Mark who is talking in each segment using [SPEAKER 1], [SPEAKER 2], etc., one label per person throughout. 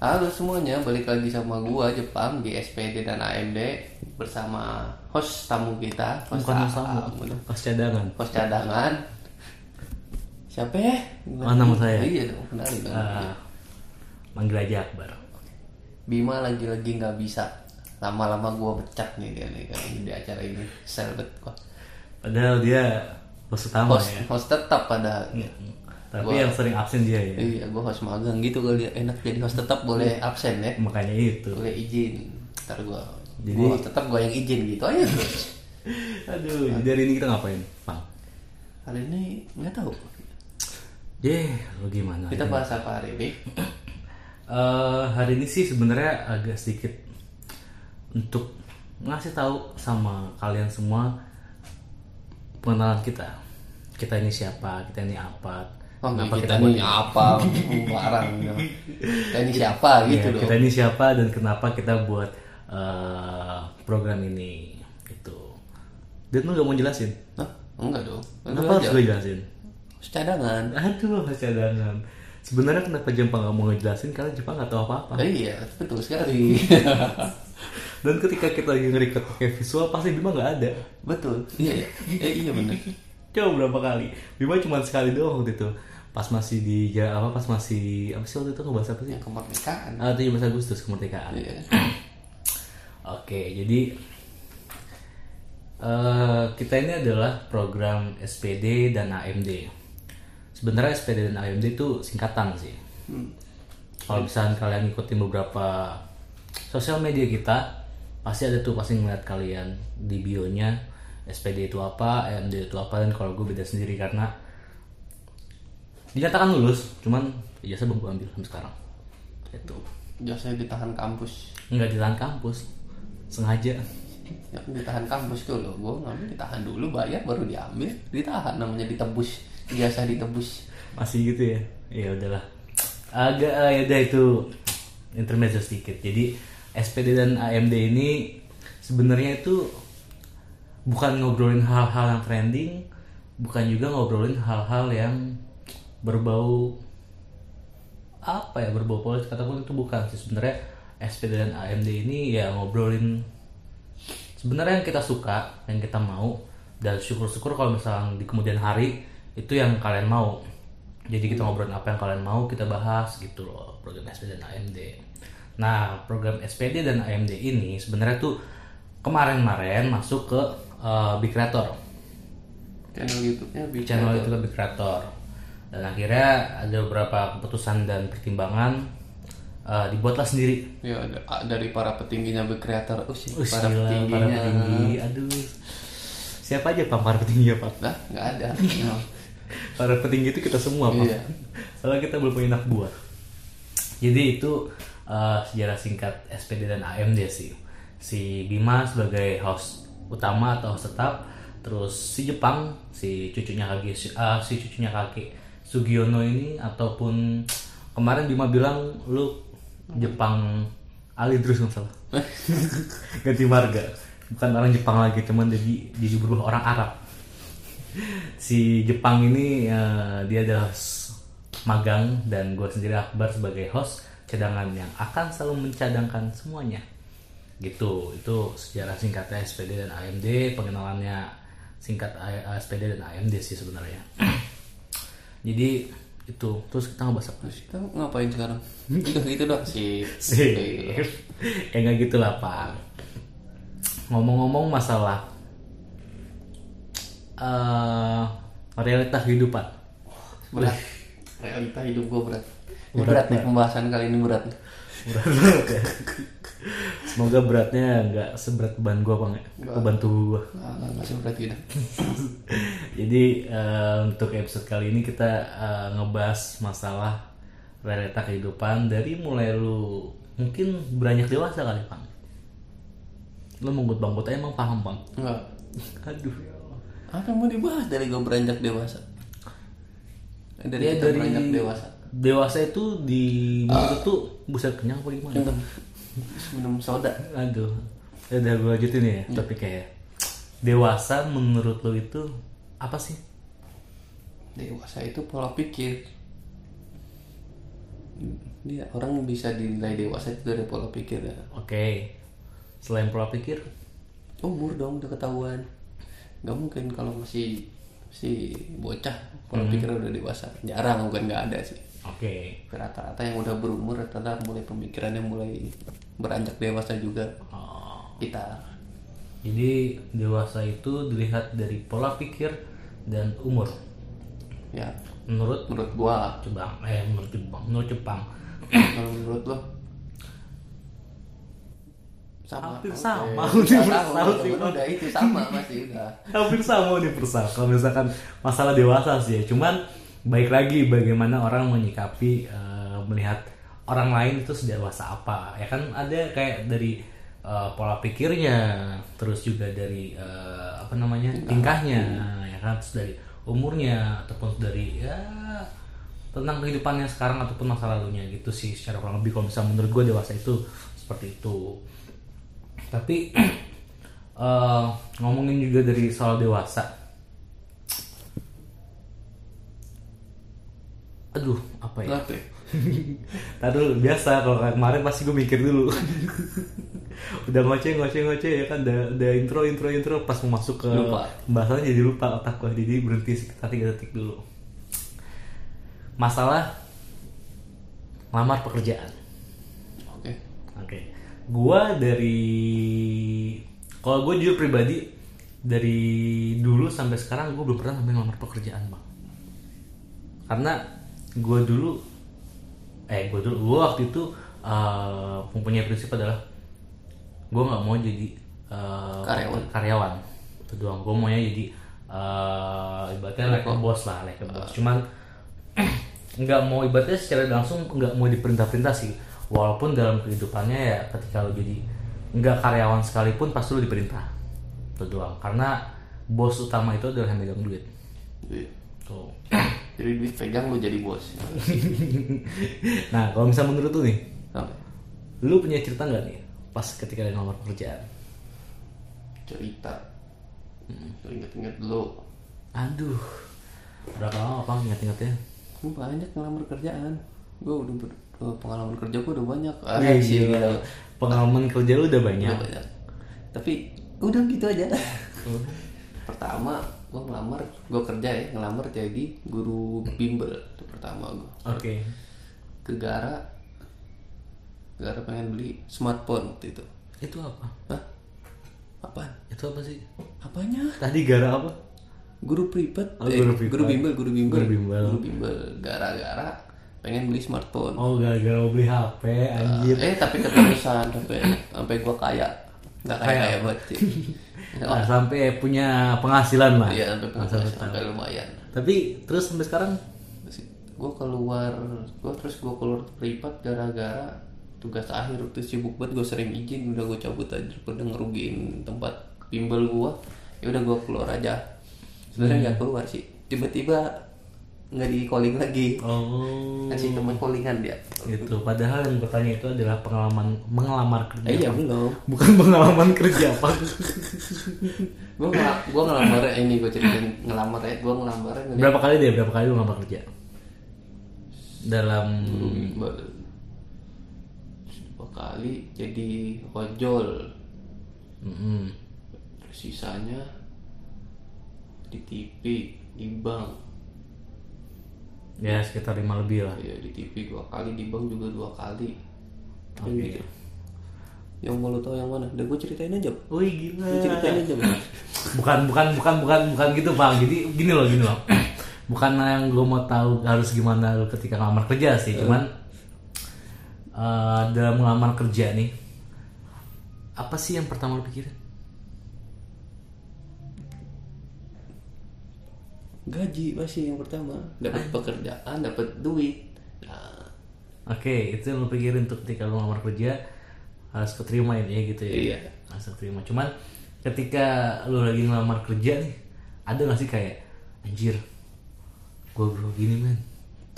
[SPEAKER 1] Halo semuanya, balik lagi sama gua Jepang di SPD dan AMD bersama host tamu kita, host
[SPEAKER 2] Bukan host
[SPEAKER 1] tamu,
[SPEAKER 2] tamu, host cadangan.
[SPEAKER 1] host cadangan. Siapa ya? Gimana?
[SPEAKER 2] Oh, nama saya?
[SPEAKER 1] Iya dong, kenalin dong.
[SPEAKER 2] Ah, manggil aja Akbar.
[SPEAKER 1] Bima lagi-lagi nggak bisa. Lama-lama gua pecat nih dia nih kalau di acara ini. Selbet gua.
[SPEAKER 2] Padahal dia host utama
[SPEAKER 1] Host,
[SPEAKER 2] ya.
[SPEAKER 1] host tetap pada
[SPEAKER 2] Iya, Tapi yang sering absen dia ya.
[SPEAKER 1] Iya, gua host magang gitu kali ya. Enak jadi host tetap boleh absen ya.
[SPEAKER 2] Makanya itu.
[SPEAKER 1] boleh izin ntar gua
[SPEAKER 2] Jadi-
[SPEAKER 1] gua tetap gua yang izin gitu aja tuh. Iya.
[SPEAKER 2] Aduh, jadi hari ini kita ngapain? Pang.
[SPEAKER 1] hari ini nggak tahu
[SPEAKER 2] Yeh, lu gimana?
[SPEAKER 1] Iya.
[SPEAKER 2] ya?
[SPEAKER 1] kita bahas apa hari ini
[SPEAKER 2] Eh, hari ini sih sebenarnya agak sedikit untuk ngasih tahu sama kalian semua pengenalan kita. Kita ini siapa? Kita ini apa?
[SPEAKER 1] oh
[SPEAKER 2] Kenapa
[SPEAKER 1] kita, nih apa larang ya. kita ini siapa gitu
[SPEAKER 2] Ya,
[SPEAKER 1] loh
[SPEAKER 2] kita ini siapa dan kenapa kita buat eh, program ini itu dan lu gak mau jelasin
[SPEAKER 1] Hah? enggak dong
[SPEAKER 2] kenapa
[SPEAKER 1] kenapa Ah.
[SPEAKER 2] harus gue jelasin
[SPEAKER 1] Terus cadangan
[SPEAKER 2] aduh cadangan sebenarnya kenapa Jepang gak mau ngejelasin karena Jepang gak tahu apa-apa
[SPEAKER 1] Eh, iya betul sekali
[SPEAKER 2] dan ketika kita lagi nge-record pakai visual pasti Bima gak ada
[SPEAKER 1] betul iya iya eh, iya benar
[SPEAKER 2] coba berapa kali Bima cuma sekali doang waktu itu pas masih di ya, apa pas masih apa sih waktu itu ngebahas apa sih
[SPEAKER 1] yang kemerdekaan
[SPEAKER 2] ah, 17 Agustus kemerdekaan
[SPEAKER 1] iya
[SPEAKER 2] Oke, jadi eh, kita ini adalah program SPD dan AMD. Sebenarnya SPD dan AMD itu singkatan sih. Kalau misalnya kalian ngikutin beberapa sosial media kita, pasti ada tuh pasti ngeliat kalian di bio-nya SPD itu apa, AMD itu apa, dan kalau gue beda sendiri karena dinyatakan lulus, cuman ijazah belum gue ambil sampai sekarang. Gitu. Itu
[SPEAKER 1] biasanya ditahan kampus
[SPEAKER 2] nggak ditahan kampus, sengaja.
[SPEAKER 1] ya, ditahan kampus tuh loh gua ngambil ditahan dulu bayar baru diambil ditahan namanya ditebus biasa ditebus
[SPEAKER 2] masih gitu ya ya udahlah agak eh, ya udah itu intermezzo sedikit jadi SPD dan AMD ini sebenarnya itu bukan ngobrolin hal-hal yang trending bukan juga ngobrolin hal-hal yang berbau apa ya berbau politik ataupun itu bukan sih sebenarnya SPD dan AMD ini ya ngobrolin sebenarnya yang kita suka yang kita mau dan syukur-syukur kalau misalnya di kemudian hari itu yang kalian mau jadi kita ngobrolin apa yang kalian mau kita bahas gitu loh program SPD dan AMD nah program SPD dan AMD ini sebenarnya tuh kemarin-kemarin masuk ke eh, Big Creator
[SPEAKER 1] channel YouTube-nya bicara
[SPEAKER 2] channel itu lebih kreator dan akhirnya ada beberapa keputusan dan pertimbangan eh, dibuatlah sendiri
[SPEAKER 1] Ya da- a- dari para petingginya berkreator, ush,
[SPEAKER 2] Ush,
[SPEAKER 1] Oh, para
[SPEAKER 2] gila, Oh, para
[SPEAKER 1] petingginya
[SPEAKER 2] petinggi aduh siapa aja pak para petinggi ya pak
[SPEAKER 1] lah nggak ada. Nah,
[SPEAKER 2] para petinggi itu kita semua pak
[SPEAKER 1] Iya.
[SPEAKER 2] soalnya kita belum punya anak buah jadi itu eh, sejarah singkat SPD dan AMD sih si Bima sebagai host utama atau host tetap terus si Jepang si cucunya kaki eh, si cucunya kaki Sugiono ini ataupun kemarin Bima bilang lu Jepang Ali terus nggak salah ganti marga bukan orang Jepang lagi cuman jadi jadi berubah orang Arab si Jepang ini eh, dia adalah host magang dan gue sendiri Akbar sebagai host cadangan yang akan selalu mencadangkan semuanya gitu itu sejarah singkatnya SPD dan AMD pengenalannya singkat A- SPD dan AMD sih sebenarnya jadi itu terus kita ngebahas apa
[SPEAKER 1] terus kita ngapain sekarang?
[SPEAKER 2] Hmm.
[SPEAKER 1] Gitu gitu dong sih.
[SPEAKER 2] Sip. Kayak nggak gitu lah Pak. Ngomong-ngomong masalah eh realita kehidupan.
[SPEAKER 1] Berat. Realita hidup gue berat. Ini berat nih pembahasan kali ini berat. Ah, nih.
[SPEAKER 2] Berat banget ya. Semoga beratnya nggak seberat beban gua apa nggak? Beban tubuh gua.
[SPEAKER 1] Nah, nggak nggak seberat gitu.
[SPEAKER 2] Jadi eh, untuk episode kali ini kita eh, ngebahas masalah realita kehidupan dari mulai lu mungkin beranjak dewasa kali Bang. Lu menggut bangkut aja emang paham bang?
[SPEAKER 1] Enggak.
[SPEAKER 2] Aduh ya Allah.
[SPEAKER 1] Apa yang mau dibahas dari gue beranjak dewasa? Eh, Dari
[SPEAKER 2] Ya,
[SPEAKER 1] kita
[SPEAKER 2] dari-
[SPEAKER 1] beranjak dewasa.
[SPEAKER 2] dewasa itu di menurut tuh buset kenyang apa gimana?
[SPEAKER 1] Minum, minum soda.
[SPEAKER 2] Aduh, Ya udah gue lanjutin ya topiknya ya. Dewasa menurut lo itu apa sih?
[SPEAKER 1] Dewasa itu pola pikir. Dia orang bisa dinilai dewasa itu dari pola pikir ya.
[SPEAKER 2] Oke. Selain pola pikir,
[SPEAKER 1] Umur dong udah ketahuan. Gak mungkin kalau masih si bocah pola pikirnya udah dewasa. Jarang bukan nggak ada sih.
[SPEAKER 2] oke.
[SPEAKER 1] Rata-rata yang udah berumur rata-rata mulai pemikirannya mulai beranjak dewasa juga
[SPEAKER 2] Oh,
[SPEAKER 1] kita.
[SPEAKER 2] Jadi dewasa itu dilihat dari pola pikir dan umur.
[SPEAKER 1] Ya
[SPEAKER 2] Menurut
[SPEAKER 1] menurut gua
[SPEAKER 2] Jepang, eh menurut Jepang, menurut Jepang
[SPEAKER 1] kalau menurut lo sama
[SPEAKER 2] Hampir
[SPEAKER 1] Oke.
[SPEAKER 2] sama,
[SPEAKER 1] Nggak
[SPEAKER 2] universal
[SPEAKER 1] tahu,
[SPEAKER 2] sih,
[SPEAKER 1] temen udah itu sama masih udah
[SPEAKER 2] hampir sama universal. Kalau misalkan masalah dewasa sih ya, cuman baik lagi bagaimana orang menyikapi eh, melihat orang lain itu sedewasa apa. Ya kan ada kayak dari eh, pola pikirnya, terus juga dari eh, apa namanya tingkahnya, ya kan terus dari umurnya ataupun dari ya tentang kehidupannya sekarang ataupun masa lalunya gitu sih secara kurang lebih kalau misalnya menurut gue dewasa itu seperti itu tapi eh, ngomongin juga dari soal dewasa aduh apa ya
[SPEAKER 1] Kenapa ya?
[SPEAKER 2] Tadi biasa kalau kayak kemarin pasti gue mikir dulu. udah ngoceh ngoceh ngoceh ya kan udah, udah intro intro intro pas mau masuk ke
[SPEAKER 1] Lupa.
[SPEAKER 2] pembahasan jadi lupa otak gue jadi berhenti sekitar 3 detik dulu. Masalah lamar pekerjaan.
[SPEAKER 1] Oke.
[SPEAKER 2] Oke. Gua dari kalau gue jujur pribadi dari dulu sampai sekarang gue belum pernah ngambil lamar pekerjaan bang. Karena gue dulu eh gue dulu gue waktu itu eh, mempunyai prinsip adalah gue nggak mau jadi eh,
[SPEAKER 1] Karyawan.
[SPEAKER 2] karyawan itu doang gue maunya jadi eh ibaratnya like a boss lah like a boss cuman nggak mau ibaratnya secara langsung nggak mau diperintah-perintah sih walaupun dalam kehidupannya ya ketika lo jadi nggak karyawan sekalipun pasti lo diperintah itu doang karena bos utama itu adalah yang megang duit
[SPEAKER 1] Duit.
[SPEAKER 2] tuh
[SPEAKER 1] Jadi duit pegang lu jadi bos.
[SPEAKER 2] nah kalau misalnya menurut lo nih
[SPEAKER 1] Oke.
[SPEAKER 2] lu punya cerita nggak nih pas ketika ada nomor pekerjaan
[SPEAKER 1] Cerita. Lu Ingat-ingat dulu.
[SPEAKER 2] aduh berapa lama apa ingat-ingatnya
[SPEAKER 1] Gue banyak ngelamar kerjaan. Gue udah ber- eh, pengalaman kerja gue udah banyak. Ah,
[SPEAKER 2] Wih,
[SPEAKER 1] sih,
[SPEAKER 2] gila. pengalaman kerja lu udah banyak
[SPEAKER 1] udah banyak. Tapi udah gitu aja. pertama gue ngelamar, gue kerja ya ngelamar jadi guru bimbel itu pertama gue.
[SPEAKER 2] oke
[SPEAKER 1] Kegara, gara pengen beli smartphone waktu itu.
[SPEAKER 2] itu apa
[SPEAKER 1] Hah? Apaan?
[SPEAKER 2] itu apa sih
[SPEAKER 1] Apanya?
[SPEAKER 2] tadi gara apa
[SPEAKER 1] guru private,
[SPEAKER 2] Oh,
[SPEAKER 1] eh,
[SPEAKER 2] guru
[SPEAKER 1] guru,
[SPEAKER 2] privat.
[SPEAKER 1] bimbel, guru bimbel,
[SPEAKER 2] Guru bimbel.
[SPEAKER 1] Guru bimbel. gara-gara pengen beli smartphone.
[SPEAKER 2] oh gara-gara mau beli HP anjir
[SPEAKER 1] Eh tapi keterusan sampai sampai gua kaya, nggak kaya kaya banget sih.
[SPEAKER 2] Ah, sampai punya penghasilan lah
[SPEAKER 1] Iya sampai penghasilan sampai lumayan.
[SPEAKER 2] tapi terus sampai sekarang
[SPEAKER 1] Terus Gua keluar, gua terus gua keluar privat gara-gara tugas akhir waktu sibuk banget gua sering izin udah gua cabut aja daripada ngerugiin tempat bimbel gua ya udah gua keluar aja sebenarnya nggak keluar sih tiba-tiba nggak di calling lagi
[SPEAKER 2] oh
[SPEAKER 1] kasih teman callingan dia
[SPEAKER 2] gitu padahal yang bertanya itu adalah pengalaman mengelamar kerja
[SPEAKER 1] eh, iya belum
[SPEAKER 2] bukan pengalaman kerja apa
[SPEAKER 1] gue ngelamar gue ngelamar ini gue ceritain ngelamar ya gue ngelamar
[SPEAKER 2] berapa kali deh berapa kali lu ngelamar kerja dalam
[SPEAKER 1] dua kali jadi ojol
[SPEAKER 2] Mm-mm.
[SPEAKER 1] Terus sisanya di TV di bank
[SPEAKER 2] ya sekitar lima lebih lah
[SPEAKER 1] ya di TV dua kali di bank juga dua kali Gitu.
[SPEAKER 2] oke
[SPEAKER 1] yang mau lo tau yang mana udah gue ceritain aja
[SPEAKER 2] Wih gila.
[SPEAKER 1] gue ceritain aja Bang.
[SPEAKER 2] Bukan bukan bukan bukan bukan gitu bang. Jadi gini loh gini loh. Bukan yang gue mau tahu harus gimana lu ketika ngelamar kerja sih. Cuman eh, dalam ngelamar kerja nih, apa sih yang pertama lu pikirin?
[SPEAKER 1] gaji masih yang pertama dapat pekerjaan dapat duit nah,
[SPEAKER 2] Oke, itu yang lu pikirin tuh ketika lu ngelamar kerja harus keterima ini gitu ya.
[SPEAKER 1] Iya.
[SPEAKER 2] Harus keterima. Cuman ketika lu lagi ngelamar kerja nih, ada gak sih kayak anjir, gue bro gini men,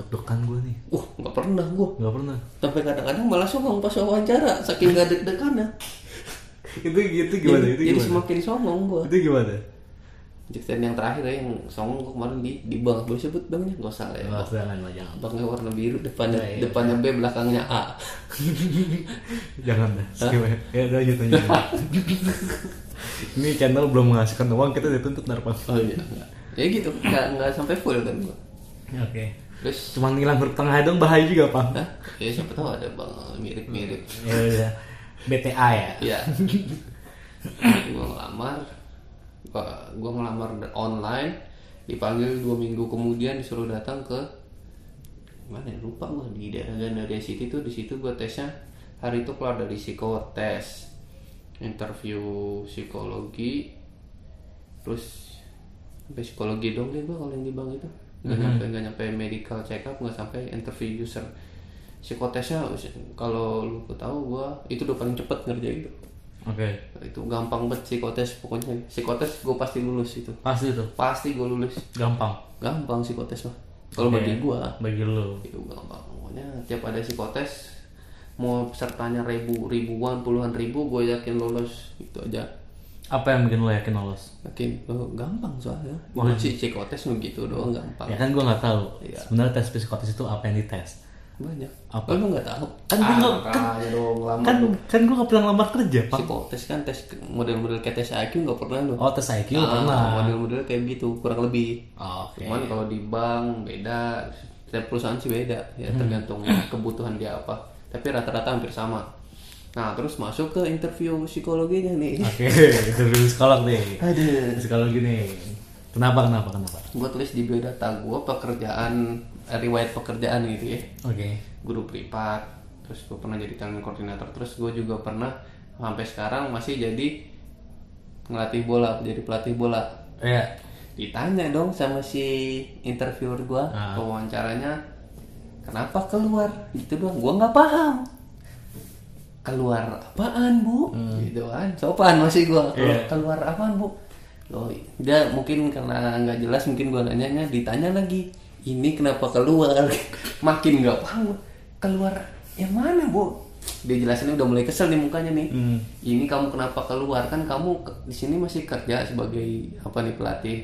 [SPEAKER 2] deg-degan gue nih.
[SPEAKER 1] uh nggak pernah gue
[SPEAKER 2] Gak pernah.
[SPEAKER 1] sampai kadang-kadang malah sombong pas wawancara saking ya. gak deg-degannya
[SPEAKER 2] itu gitu
[SPEAKER 1] jadi, jadi semakin sombong gua
[SPEAKER 2] Itu gimana?
[SPEAKER 1] Jackson yang terakhir ya yang song gue kemarin di di bank boleh sebut banknya nggak usah lah ya
[SPEAKER 2] Wah, jangan lah, jangan.
[SPEAKER 1] banknya warna biru depannya
[SPEAKER 2] Ya, iya.
[SPEAKER 1] depannya B belakangnya A
[SPEAKER 2] Jangan dah. skip aja. Ya udah lanjut lanjut. Ini channel belum menghasilkan uang, kita dituntut narkoba.
[SPEAKER 1] oh iya enggak. ya gitu nggak nggak sampai full kan gue
[SPEAKER 2] Oke.
[SPEAKER 1] terus
[SPEAKER 2] Cuma ngilang huruf tengah dong bahaya juga, Pak.
[SPEAKER 1] Hah? ya siapa tahu ada bank mirip mirip
[SPEAKER 2] Ya udah. BTA ya.
[SPEAKER 1] ya gue ngelamar gue gue ngelamar online dipanggil dua minggu kemudian disuruh datang ke mana ya lupa gue di daerah Gandaria City tuh di situ gue tesnya hari itu keluar dari psikotes interview psikologi terus sampai psikologi dong deh gue kalau yang di bank itu nggak nyampe nggak nyampe medical check up nggak sampai interview user psikotesnya kalau lu tahu gue itu udah paling cepet ngerjain itu
[SPEAKER 2] Oke.
[SPEAKER 1] itu gampang banget psikotes pokoknya psikotes gue pasti lulus itu
[SPEAKER 2] Pasti tuh.
[SPEAKER 1] pasti gue lulus
[SPEAKER 2] Gampang.
[SPEAKER 1] gampang psikotes mah kalau
[SPEAKER 2] Oke.
[SPEAKER 1] bagi gue
[SPEAKER 2] Bagi lu.
[SPEAKER 1] itu gampang pokoknya tiap ada psikotes mau pesertanya ribu ribuan puluhan ribu gue yakin lolos itu aja
[SPEAKER 2] Apa yang bikin lu yakin lolos?
[SPEAKER 1] yakin lo gampang soalnya mau
[SPEAKER 2] Iya.
[SPEAKER 1] si psikotes mah gitu doang gampang
[SPEAKER 2] Ya kan gua nggak tahu. Sebenarnya tes psikotes itu apa yang dites?
[SPEAKER 1] banyak
[SPEAKER 2] Apa?
[SPEAKER 1] lo nggak tahu
[SPEAKER 2] Kan gua nggak-
[SPEAKER 1] makanya dong lama
[SPEAKER 2] Kan kan gua nggak pernah ngelamar kerja, Pak.
[SPEAKER 1] psikotes kan tes model-model kayak tes IQ nggak pernah lo
[SPEAKER 2] Oh, tes IQ
[SPEAKER 1] Ah,
[SPEAKER 2] pernah.
[SPEAKER 1] model-model kayak gitu kurang lebih
[SPEAKER 2] Oh, Oke.
[SPEAKER 1] Cuman kalau di bank beda, setiap perusahaan sih beda ya tergantung kebutuhan dia apa. Tapi rata-rata hampir sama. Nah terus masuk ke interview psikologinya nih.
[SPEAKER 2] Oke, itu dulu psikolog nih.
[SPEAKER 1] Aduh.
[SPEAKER 2] Psikolog gini. Kenapa kenapa kenapa?
[SPEAKER 1] Gue tulis di biodata gue pekerjaan eh, riwayat pekerjaan gitu ya.
[SPEAKER 2] Oke.
[SPEAKER 1] Guru privat. Terus gue pernah jadi talent koordinator. Terus gue juga pernah sampai sekarang masih jadi ngelatih bola, jadi pelatih bola.
[SPEAKER 2] Ya.
[SPEAKER 1] ditanya dong sama si interviewer gua wawancaranya kenapa keluar gitu doang gua nggak paham keluar apaan bu gitu kan sopan masih gua "Keluar- keluar apaan bu loh dia mungkin karena nggak jelas mungkin gua nanyanya ditanya lagi ini kenapa keluar makin nggak paham keluar yang mana bu dia jelasinnya udah mulai kesel nih mukanya nih
[SPEAKER 2] Hmm.
[SPEAKER 1] ini kamu kenapa keluar kan kamu ke- di sini masih kerja sebagai apa nih pelatih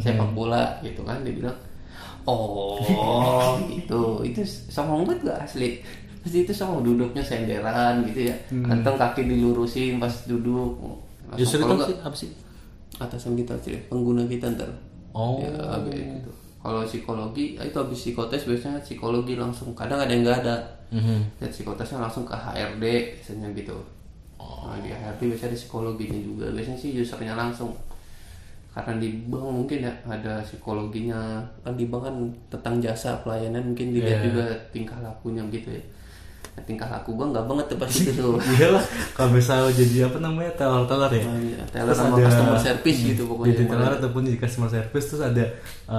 [SPEAKER 1] sepak bola gitu kan dia bilang oh gitu itu sama banget gak asli pasti itu sama duduknya senderan gitu ya kantong kaki dilurusin pas duduk Langsung
[SPEAKER 2] Justru itu
[SPEAKER 1] kalau nggak-
[SPEAKER 2] sih, apa sih?
[SPEAKER 1] atasan kita sih pengguna kita ntar
[SPEAKER 2] Oh.
[SPEAKER 1] ya agak gitu kalau psikologi ah, itu habis psikotes biasanya psikologi langsung kadang ada yang nggak ada
[SPEAKER 2] Mhm.
[SPEAKER 1] dan psikotesnya langsung ke HRD biasanya gitu
[SPEAKER 2] Oh.
[SPEAKER 1] nah, di HRD biasanya ada psikologinya juga biasanya sih usernya langsung karena di bank mungkin ya ada psikologinya kan di bank kan tentang jasa pelayanan mungkin dilihat
[SPEAKER 2] Iya.
[SPEAKER 1] juga tingkah lakunya gitu ya Nah, tingkah laku bank nggak banget tuh pas itu tuh
[SPEAKER 2] Iyalah, kalau misalnya jadi apa namanya teller-teller ya.
[SPEAKER 1] Iya, teller sama customer service gitu pokoknya.
[SPEAKER 2] Jadi teller ataupun jadi customer service terus ada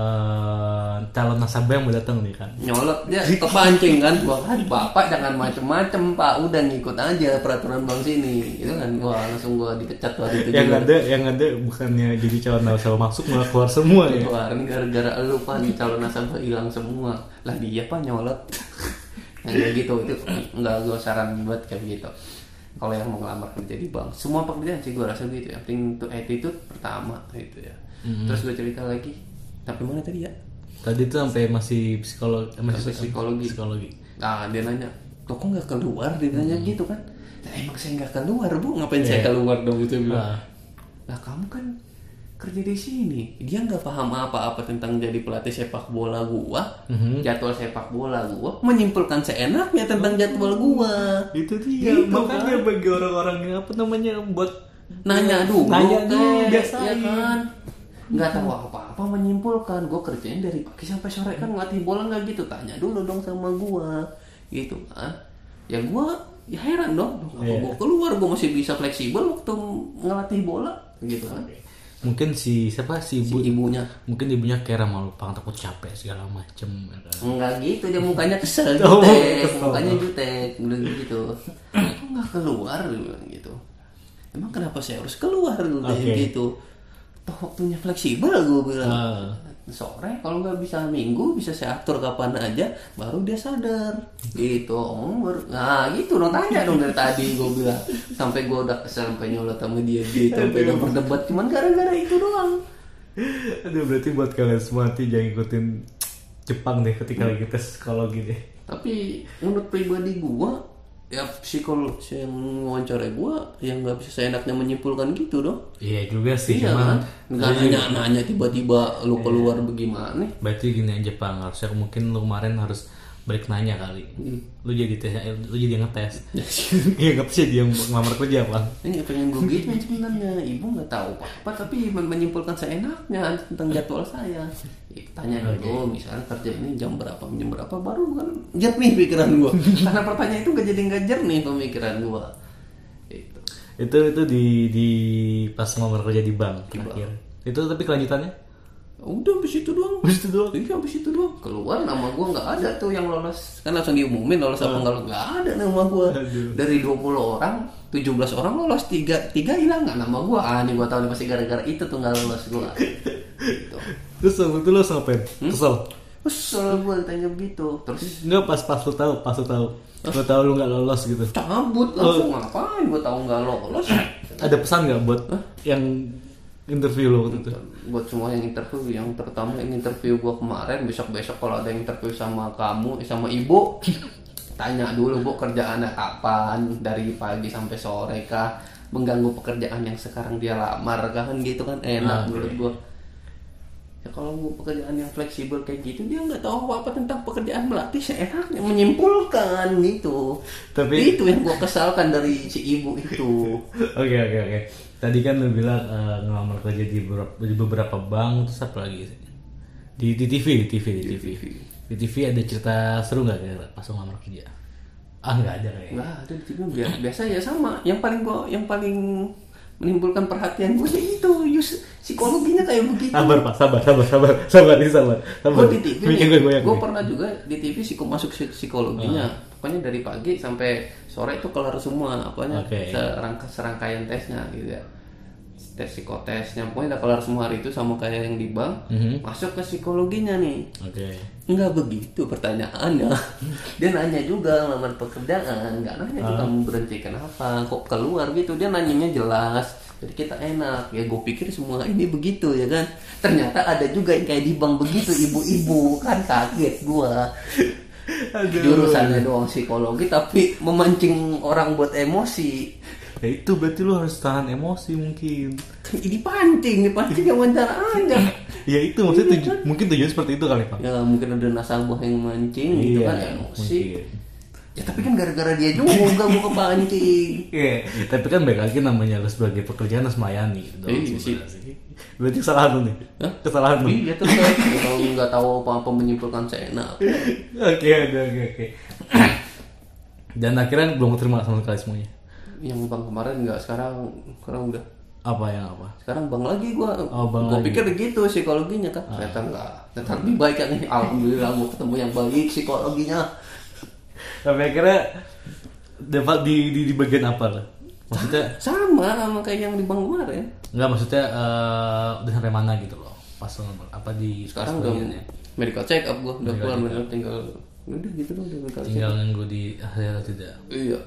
[SPEAKER 2] eh, calon nasabah yang mau datang nih kan.
[SPEAKER 1] nyolot dia kepancing kan gua kan bapak jangan macem-macem pak udah ngikut aja peraturan bank sini itu kan gua langsung gua dipecat waktu itu
[SPEAKER 2] Yang
[SPEAKER 1] juga.
[SPEAKER 2] ada yang ada bukannya jadi calon nasabah masuk malah keluar semua ya.
[SPEAKER 1] kemarin gara-gara lu pak nih calon nasabah hilang semua lah dia pak nyolot yang kayak gitu itu nggak gua saran buat kayak gitu kalau yang mau ngelamar kerja di bank semua pekerjaan sih gua rasa gitu yang penting tuh attitude pertama gitu ya terus gua cerita lagi tapi mana tadi ya
[SPEAKER 2] Tadi tuh sampai masih psikolog eh, masih
[SPEAKER 1] Sampai psikologi.
[SPEAKER 2] psikologi.
[SPEAKER 1] Nah, dia nanya, kok kok nggak keluar? Dia nanya gitu kan. Nah, emang saya nggak keluar, Bu. Ngapain saya keluar dong? Itu bilang.
[SPEAKER 2] Ah.
[SPEAKER 1] Lah, kamu kan kerja di sini. Dia nggak paham apa-apa tentang jadi pelatih sepak bola gua. Jadwal sepak bola gua menyimpulkan seenaknya tentang jadwal gua.
[SPEAKER 2] Itu kan. dia makanya bagi orang-orang yang apa namanya buat
[SPEAKER 1] Nanya dulu
[SPEAKER 2] Iya. Nanya gitu, dulu, iya.
[SPEAKER 1] kan,
[SPEAKER 2] biasain.
[SPEAKER 1] ya kan? Nggak tahu apa-apa menyimpulkan. Gue kerjain dari pagi sampai sore kan ngelatih bola nggak gitu. Tanya dulu dong sama gua gitu kan. Ya gua ya heran dong. Apa
[SPEAKER 2] Iya.
[SPEAKER 1] gua keluar gua masih bisa fleksibel waktu ngelatih bola gitu kan.
[SPEAKER 2] mungkin si siapa si
[SPEAKER 1] Si
[SPEAKER 2] ibu
[SPEAKER 1] ibunya
[SPEAKER 2] mungkin ibunya kira malu pang takut capek segala macem ya kan.
[SPEAKER 1] Enggak gitu, dia mukanya kesel,
[SPEAKER 2] Oh,
[SPEAKER 1] jutek,
[SPEAKER 2] kesel.
[SPEAKER 1] mukanya jutek, udah gitu. Kok nggak keluar Dia bilang gitu? Emang kenapa saya harus keluar Dia bilang
[SPEAKER 2] Oke.
[SPEAKER 1] gitu? Toh waktunya fleksibel gue bilang.
[SPEAKER 2] Ah.
[SPEAKER 1] Sore kalau nggak bisa minggu bisa saya atur kapan aja, baru dia sadar. Gitu, oh, baru, nah gitu dong tanya dong dari tadi gue bilang sampai gue udah kesel sampai nyolot sama dia gitu, sampai udah berdebat cuman gara-gara itu doang.
[SPEAKER 2] Aduh berarti buat kalian semua nanti jangan ikutin Jepang deh ketika lagi tes psikologi deh.
[SPEAKER 1] tapi menurut pribadi gua ya psikolog yang wawancara gua yang nggak bisa seenaknya menyimpulkan gitu dong
[SPEAKER 2] Iya juga sih,
[SPEAKER 1] iya kan
[SPEAKER 2] cuman
[SPEAKER 1] nggak nanya nanya tiba-tiba lu keluar bagaimana
[SPEAKER 2] berarti gini aja Jepang harusnya mungkin lu kemarin harus balik nanya kali. Lu jadi tes, eh, lu jadi ngetes. Iya ngetes jadi yang ngelamar kerja bang.
[SPEAKER 1] ini apa yang gue gitu sebenarnya ibu nggak tahu apa-apa tapi men- menyimpulkan seenaknya tentang jadwal saya Ya, tanya dulu misalnya kerja ini jam berapa jam berapa baru kan jernih pikiran gua karena pertanyaan itu nggak jadi nggak jernih pemikiran gua itu
[SPEAKER 2] Itu itu di di pas ngelamar kerja di bank terakhir. Itu tapi kelanjutannya?
[SPEAKER 1] udah habis itu doang
[SPEAKER 2] Habis itu doang.
[SPEAKER 1] Iya habis itu doang keluar nama gua nggak ada tuh yang lolos kan langsung diumumin lolos apa nggak lolos. nggak ada nama gua dari 20 orang 17 orang lolos tiga tiga hilang nggak nama gua ah ini gua tahu nih pasti gara-gara itu tuh nggak lolos gua gitu.
[SPEAKER 2] Terus waktu itu lu ngapain? Kesel.
[SPEAKER 1] kesel gua ditanya begitu terus
[SPEAKER 2] Enggak pas pas lu tahu, pas lu tahu. Lu tahu lu nggak lolos gitu.
[SPEAKER 1] cabut langsung ngapain gua tahu nggak lolos
[SPEAKER 2] Ada pesan nggak buat yang interview lo waktu itu?
[SPEAKER 1] buat semua yang interview yang terutama yang interview gua kemarin besok besok kalau ada yang interview sama kamu eh, sama ibu tanya dulu bu kerjaannya kapan dari pagi sampai sore kah mengganggu pekerjaan yang sekarang dia lamar kah? kan gitu kan enak menurut gua ya kalau gua pekerjaan yang fleksibel kayak gitu dia nggak tahu apa tentang pekerjaan melatih seenaknya menyimpulkan gitu
[SPEAKER 2] Tapi-
[SPEAKER 1] itu yang gua kesalkan dari si ibu itu
[SPEAKER 2] Oke oke oke. Tadi kan lu bilang eh, ngelamar kerja di beberapa, di beberapa bank terus apa lagi sih? Di, di TV, di TV, di TV. Di TV ada cerita seru nggak kira pas lu ngelamar kerja? Ah nggak ada kayaknya.
[SPEAKER 1] Nah, itu tipe biasa, biasa ya sama. Yang paling gua yang paling menimbulkan perhatian gue ya itu yus, psikologinya kayak begitu.
[SPEAKER 2] Sabar pak, sabar, sabar, sabar, sabar, ini sabar, sabar.
[SPEAKER 1] Gue di TV,
[SPEAKER 2] Bikin gue goyang.
[SPEAKER 1] gue
[SPEAKER 2] nih. Ah.
[SPEAKER 1] pernah juga di TV psiko, masuk psik- psikologinya. Pokoknya dari pagi sampai sore itu kelar semua, apanya
[SPEAKER 2] Oke.
[SPEAKER 1] serangka serangkaian tesnya gitu ya. Tes psikotesnya, pokoknya udah kelar semua hari itu sama kayak yang di bank.
[SPEAKER 2] Mhm.
[SPEAKER 1] Masuk ke psikologinya nih.
[SPEAKER 2] Oke.
[SPEAKER 1] Enggak begitu pertanyaannya. Dia nanya juga lamar pekerjaan, enggak nanya tuh
[SPEAKER 2] Ah.
[SPEAKER 1] kamu berhenti kenapa, kok keluar gitu. Dia nanyanya jelas. Jadi kita enak. Ya gue pikir semua ini begitu ya kan. Ternyata ada juga yang kayak di bank begitu ibu-ibu kan kaget gua.
[SPEAKER 2] Aduh.
[SPEAKER 1] Jurusannya doang psikologi tapi memancing orang buat emosi.
[SPEAKER 2] Ya itu berarti lu harus tahan emosi mungkin.
[SPEAKER 1] Kan Ini pancing, ini pancing yang wawancara aja.
[SPEAKER 2] Ya itu maksudnya
[SPEAKER 1] Iya
[SPEAKER 2] tuju-
[SPEAKER 1] kan?
[SPEAKER 2] mungkin tujuan seperti itu kali pak.
[SPEAKER 1] Ya mungkin ada nasabah yang mancing gitu
[SPEAKER 2] Iya,
[SPEAKER 1] kan emosi.
[SPEAKER 2] mungkin.
[SPEAKER 1] Ya tapi kan gara-gara dia juga gua kepancing.
[SPEAKER 2] Iya, tapi kan baik lagi namanya lu sebagai pekerjaan harus melayani gitu. dong,
[SPEAKER 1] Iya sih.
[SPEAKER 2] sebenarnya Berarti kesalahan lu nih. Kesalahan lu.
[SPEAKER 1] Iya tuh kan. kalau nggak tahu apa-apa menyimpulkan seenak.
[SPEAKER 2] Oke, oke, oke, oke. Dan akhirnya belum keterima sama sekali semuanya.
[SPEAKER 1] Yang bang kemarin nggak sekarang sekarang udah
[SPEAKER 2] Apa yang apa?
[SPEAKER 1] sekarang bang lagi gua
[SPEAKER 2] Oh, bang
[SPEAKER 1] gua
[SPEAKER 2] lagi. Ah.
[SPEAKER 1] pikir gitu psikologinya kan ternyata enggak ternyata lebih baik kan alhamdulillah gua ketemu yang baik psikologinya
[SPEAKER 2] Tapi akhirnya dapat di di, di bagian apa lah? Maksudnya
[SPEAKER 1] sama sama kayak yang di bang kemarin
[SPEAKER 2] enggak maksudnya eh, udah sampai mana gitu loh. Pas lo- apa di
[SPEAKER 1] sekarang
[SPEAKER 2] pas
[SPEAKER 1] udah
[SPEAKER 2] bagiannya.
[SPEAKER 1] medical check up gua udah keluar medical tinggal udah gitu dong di medical check
[SPEAKER 2] tinggal nunggu di hasil atau tidak.
[SPEAKER 1] iya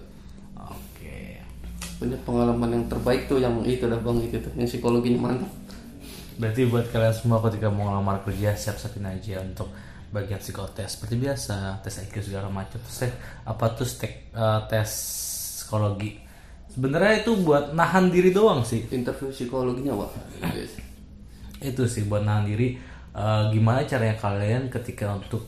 [SPEAKER 2] Oke.
[SPEAKER 1] punya pengalaman yang terbaik tuh yang itu dah bang itu tuh yang psikologinya mantap
[SPEAKER 2] Berarti buat kalian semua ketika mau ngelamar kerja siap-siapin aja untuk bagian psikotes seperti biasa, tes IQ segala macam, tes apa tuh stek- eh, tes psikologi. Sebenarnya itu buat nahan diri doang sih.
[SPEAKER 1] interview psikologinya wah Yes.
[SPEAKER 2] Itu sih buat nahan diri eh, gimana caranya kalian ketika untuk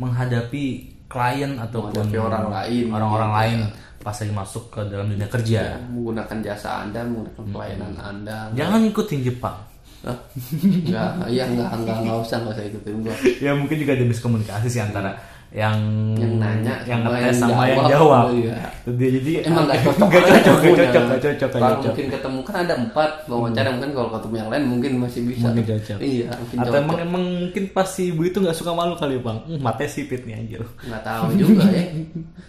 [SPEAKER 2] menghadapi klien ataupun
[SPEAKER 1] Menghadapi orang lain. ya.
[SPEAKER 2] orang-orang lain pas lagi masuk ke dalam dunia kerja.
[SPEAKER 1] menggunakan jasa Anda, menggunakan
[SPEAKER 2] Hmm.
[SPEAKER 1] pelayanan Anda.
[SPEAKER 2] Jangan ngikutin Jepang.
[SPEAKER 1] Hah? Enggak, iya enggak, enggak, enggak usah, enggak usah ikutin gua.
[SPEAKER 2] ya mungkin juga ada miskomunikasi sih antara yang
[SPEAKER 1] Yang nanya
[SPEAKER 2] yang
[SPEAKER 1] sama yang
[SPEAKER 2] ngetes sama yang
[SPEAKER 1] jawab.
[SPEAKER 2] jawab.
[SPEAKER 1] Iya.
[SPEAKER 2] Jadi, jadi
[SPEAKER 1] Emang enggak cocok,
[SPEAKER 2] Nggak
[SPEAKER 1] aja
[SPEAKER 2] cocok, nggak
[SPEAKER 1] ketemunya.
[SPEAKER 2] cocok, nggak cocok, nggak
[SPEAKER 1] Kalau
[SPEAKER 2] cocok.
[SPEAKER 1] mungkin ketemu kan ada empat wawancara, mungkin kalau ketemu yang lain mungkin masih bisa.
[SPEAKER 2] Mungkin cocok.
[SPEAKER 1] Iya, mungkin
[SPEAKER 2] Atau
[SPEAKER 1] cocok.
[SPEAKER 2] emang emang mungkin pas si ibu itu nggak suka malu kali bang, hmm, matanya sipit nih anjir.
[SPEAKER 1] Enggak tahu juga ya.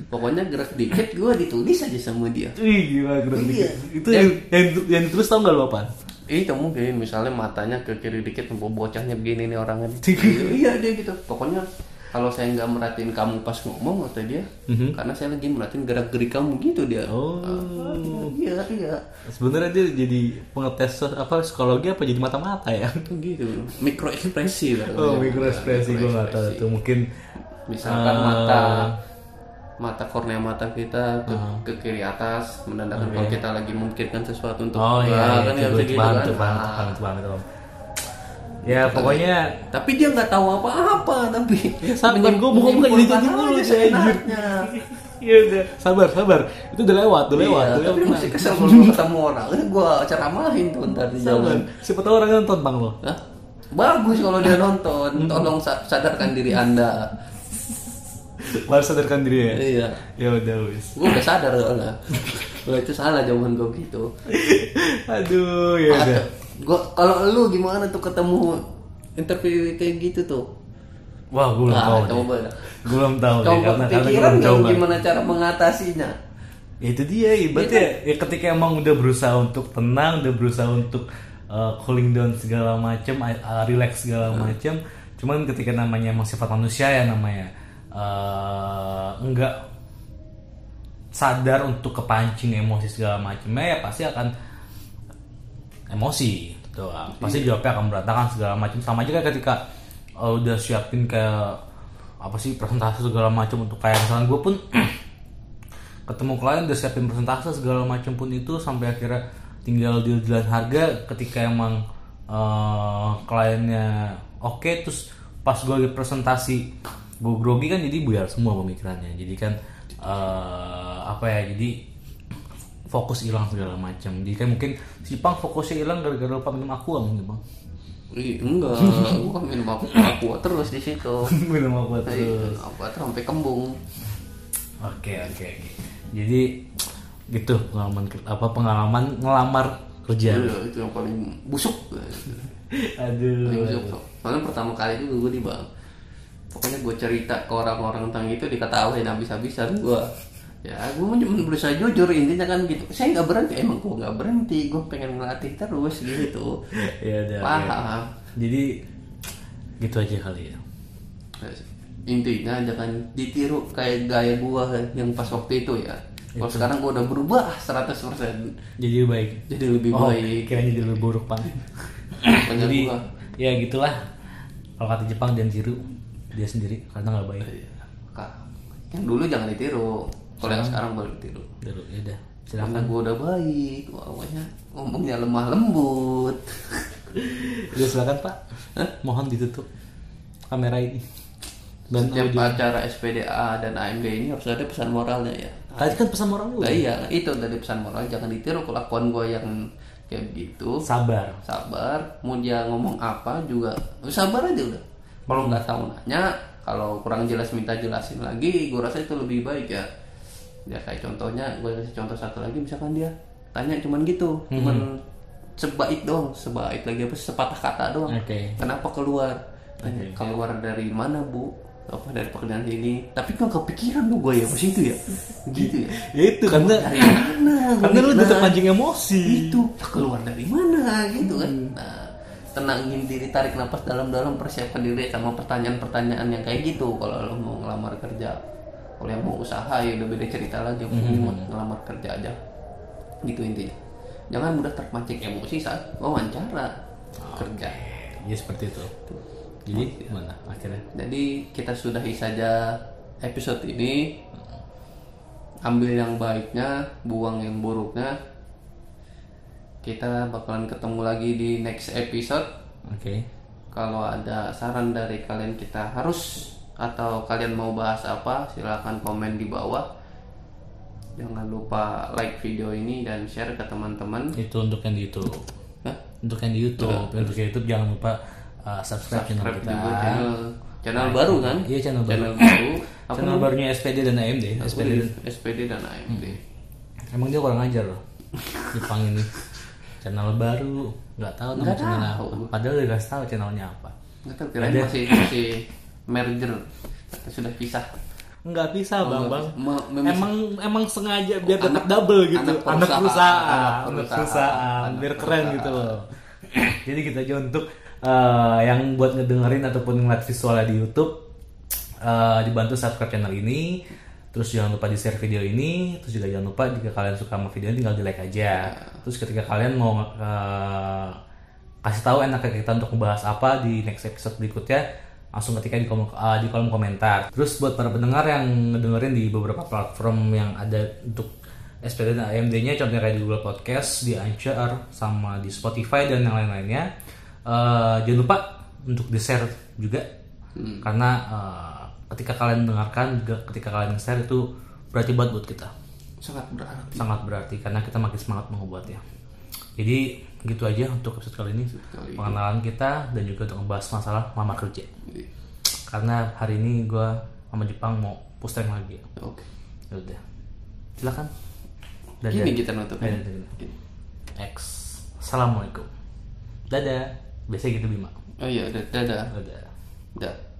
[SPEAKER 1] Pokoknya gerak dikit gua ditulis aja sama dia.
[SPEAKER 2] Ih gila keren
[SPEAKER 1] Iya.
[SPEAKER 2] dikit. Itu yang yang, yang terus tau nggak lo apa?
[SPEAKER 1] Itu mungkin misalnya matanya ke kiri dikit, bocahnya begini nih orangnya. Iya, dia Iya, gitu. Pokoknya kalau saya nggak merhatiin kamu pas ngomong kata dia
[SPEAKER 2] Mhm.
[SPEAKER 1] karena saya lagi merhatiin gerak gerik kamu gitu dia
[SPEAKER 2] Oh.
[SPEAKER 1] Ah, iya iya
[SPEAKER 2] Sebenarnya dia jadi pengetes apa psikologi apa jadi mata-mata ya?
[SPEAKER 1] itu gitu mikro ekspresi lah
[SPEAKER 2] Oh,
[SPEAKER 1] namanya.
[SPEAKER 2] mikroekspresi gue nggak tahu Ah. itu mungkin
[SPEAKER 1] misalkan mata mata kornea mata kita ke,
[SPEAKER 2] Ah.
[SPEAKER 1] ke kiri atas menandakan kalau kita lagi memikirkan sesuatu untuk Ah,
[SPEAKER 2] Oh iya,
[SPEAKER 1] kan
[SPEAKER 2] iya,
[SPEAKER 1] nggak
[SPEAKER 2] itu
[SPEAKER 1] bisa
[SPEAKER 2] itu
[SPEAKER 1] gitu
[SPEAKER 2] banget,
[SPEAKER 1] kan.
[SPEAKER 2] itu banget,
[SPEAKER 1] Ah,
[SPEAKER 2] itu banget, itu banget, itu banget. Ya pokoknya
[SPEAKER 1] tapi dia nggak tahu apa-apa tapi
[SPEAKER 2] sabar gue mau ngomong gitu
[SPEAKER 1] menyimpulkan
[SPEAKER 2] dulu
[SPEAKER 1] aja
[SPEAKER 2] sih anjir.
[SPEAKER 1] seenaknya.
[SPEAKER 2] Iya udah, sabar, sabar. Itu udah lewat, udah lewat,
[SPEAKER 1] Iya,
[SPEAKER 2] udah
[SPEAKER 1] tapi
[SPEAKER 2] lewat.
[SPEAKER 1] masih kesel kalau gua ketemu orang gue ceramahin tuh ntar di
[SPEAKER 2] Sabar.
[SPEAKER 1] jalan
[SPEAKER 2] Siapa tahu orang nonton bang lo.
[SPEAKER 1] Hah? bagus kalau dia nonton tolong sa- sadarkan diri anda
[SPEAKER 2] Baru sadarkan diri ya.
[SPEAKER 1] iya
[SPEAKER 2] Ya udah wis.
[SPEAKER 1] gue udah sadar soalnya Gua itu salah jawaban gue gitu
[SPEAKER 2] Iya. Aduh, ya udah.
[SPEAKER 1] gue kalau lu gimana tuh ketemu interview kayak gitu tuh
[SPEAKER 2] Wah, gue belum
[SPEAKER 1] Ah,
[SPEAKER 2] tahu. deh.
[SPEAKER 1] coba dah.
[SPEAKER 2] Gue belum tahu deh
[SPEAKER 1] coba
[SPEAKER 2] karena karena gue
[SPEAKER 1] pikiran
[SPEAKER 2] belum
[SPEAKER 1] nggak lu
[SPEAKER 2] coba.
[SPEAKER 1] gimana cara mengatasinya
[SPEAKER 2] Ya itu dia, ya, berarti ya, ya ketika emang udah berusaha untuk tenang, udah berusaha untuk uh, cooling down segala macem, uh, relax segala macem, cuman ketika namanya emang sifat manusia ya namanya uh, enggak sadar untuk kepancing emosi segala macemnya ya pasti akan emosi gitu ah. pasti jawabnya akan berantakan segala macam sama aja kayak ketika eh, udah siapin kayak apa sih presentasi segala macam untuk kayak misalnya gue pun ketemu klien udah siapin presentasi segala macam pun itu sampai akhirnya tinggal deal dealan harga ketika emang eh, kliennya oke terus pas gue lagi presentasi gue grogi kan jadi buyar semua pemikirannya jadi kan eh, apa ya jadi fokus hilang segala macam. Jadi kan mungkin si Pang fokusnya hilang gara-gara lupa minum gitu, aqua mungkin Bang.
[SPEAKER 1] Ih, enggak gue minum aku aku terus di situ
[SPEAKER 2] minum aqua
[SPEAKER 1] Iya, apa tuh sampai kembung
[SPEAKER 2] Oke oke oke. Jadi gitu pengalaman ke- apa pengalaman ngelamar kerja.
[SPEAKER 1] Iya, itu yang paling busuk
[SPEAKER 2] Aduh.
[SPEAKER 1] paling busuk soalnya pertama kali juga gue di bank pokoknya gue cerita ke orang-orang tentang itu diketawain habis-habisan gue ya gue cuma berusaha jujur intinya kan gitu saya nggak berhenti emang gue nggak berhenti gue pengen ngelatih terus gitu
[SPEAKER 2] Ya udah. oke.
[SPEAKER 1] paham
[SPEAKER 2] Jadi gitu aja kali ya.
[SPEAKER 1] intinya jangan ditiru kayak gaya gue yang pas waktu itu ya kalau sekarang gue udah berubah 100%
[SPEAKER 2] Jadi baik.
[SPEAKER 1] jadi lebih
[SPEAKER 2] Oh,
[SPEAKER 1] baik
[SPEAKER 2] kira jadi lebih buruk Pang.
[SPEAKER 1] Makanya
[SPEAKER 2] jadi
[SPEAKER 1] gua-
[SPEAKER 2] ya gitulah. Kalau kata Jepang jangan tiru dia sendiri karena nggak baik.
[SPEAKER 1] Iya. Kak, yang dulu jangan ditiru kalau yang sekarang boleh ditiru
[SPEAKER 2] Dulu ya udah. Silakan.
[SPEAKER 1] karena gue udah baik awalnya ngomongnya lemah lembut
[SPEAKER 2] Ya silakan Pak. Mohon ditutup kamera ini. Dan
[SPEAKER 1] setiap acara SPDA dan AMD ini harus ada pesan moralnya ya
[SPEAKER 2] tadi kan pesan moral lu.
[SPEAKER 1] nah, iya itu dari pesan moral jangan ditiru kelakuan gue yang kayak gitu
[SPEAKER 2] Sabar.
[SPEAKER 1] sabar mau dia ngomong apa juga sabar aja udah kalau nggak tahu nanya kalau kurang jelas minta jelasin lagi gue rasa itu lebih baik ya ya kayak contohnya gue kasih contoh satu lagi misalkan dia tanya cuman gitu
[SPEAKER 2] Hmm.
[SPEAKER 1] cuman sebaik doang sebaik lagi apa sepatah kata doang
[SPEAKER 2] Oke.
[SPEAKER 1] kenapa keluar tanya keluar dari mana bu apa dari pekerjaan ini tapi kan kepikiran lu gue ya pas itu ya gitu ya
[SPEAKER 2] Ya itu karena
[SPEAKER 1] dari mana
[SPEAKER 2] karena lu
[SPEAKER 1] Nah,
[SPEAKER 2] tetap mancing emosi.
[SPEAKER 1] itu keluar dari mana gitu kan nah tenangin diri tarik nafas dalam-dalam persiapkan diri sama pertanyaan-pertanyaan yang kayak gitu kalau lo mau ngelamar kerja kalau yang mau usaha ya udah beda cerita lagi Ini mau ngelamar kerja aja gitu intinya jangan mudah terpancing emosi saat wawancara kerja
[SPEAKER 2] Ya seperti itu. Jadi mana akhirnya?
[SPEAKER 1] jadi kita sudahi saja episode ini ambil yang baiknya buang yang buruknya kita bakalan ketemu lagi di next episode
[SPEAKER 2] Oke.
[SPEAKER 1] kalau ada saran dari kalian kita harus atau kalian mau bahas apa silahkan komen di bawah jangan lupa like video ini dan share ke teman-teman
[SPEAKER 2] Itu untuk yang di YouTube.
[SPEAKER 1] Hah?
[SPEAKER 2] Untuk yang di YouTube, untuk yang di YouTube jangan lupa uh, subscribe, channel
[SPEAKER 1] subscribe
[SPEAKER 2] kita.
[SPEAKER 1] juga channel channel baru kan
[SPEAKER 2] Iya channel baru.
[SPEAKER 1] channel baru apa
[SPEAKER 2] Channel barunya SPD dan AMD. SPD.
[SPEAKER 1] SPD, dan AMD
[SPEAKER 2] Emang dia kurang ajar loh. Jepang ini. Channel baru, nggak tahu nama channel apa. Padahal udah kasih tahu channelnya apa.
[SPEAKER 1] nggak tahu kirain masih masih merger Tapi sudah pisah
[SPEAKER 2] Oh, Nggak bisa bang bang.
[SPEAKER 1] Me- memisah.
[SPEAKER 2] Emang emang sengaja biar dapat double gitu. Anak perusahaan, anak perusahaan,
[SPEAKER 1] anak perusahaan, anak
[SPEAKER 2] biar keren gitu loh. gitu Jadi kita aja untuk eh, yang buat ngedengerin ataupun ngeliat visualnya di YouTube eh, dibantu subscribe channel ini terus jangan lupa di share video ini terus juga jangan lupa jika kalian suka sama video ini tinggal di like aja terus ketika kalian mau eh, kasih tahu enaknya kita untuk membahas apa di next episode berikutnya langsung ketika di kolom, eh, di kolom komentar terus buat para pendengar yang ngedengerin di beberapa platform yang ada untuk SPD dan AMD-nya contohnya kayak di Google Podcast, di Anchor, sama di Spotify dan yang lain-lainnya. Eh, jangan lupa untuk di share juga, karena eh, ketika kalian dengarkan juga ketika kalian share itu berarti buat buat kita
[SPEAKER 1] sangat berarti
[SPEAKER 2] sangat berarti karena kita makin semangat membuatnya. Jadi gitu aja untuk episode kali ini
[SPEAKER 1] kali ini.
[SPEAKER 2] pengenalan kita dan juga untuk membahas masalah mama kerja.
[SPEAKER 1] Iya.
[SPEAKER 2] Karena hari ini gue sama Jepang mau posting lagi.
[SPEAKER 1] oke
[SPEAKER 2] Ya udah, silakan. Dadah.
[SPEAKER 1] ini kita nutup
[SPEAKER 2] Dadah, dadah. X. Assalamualaikum. Dadah. Biasanya gitu Bima.
[SPEAKER 1] oh iya dadah
[SPEAKER 2] Dadah.
[SPEAKER 1] dadah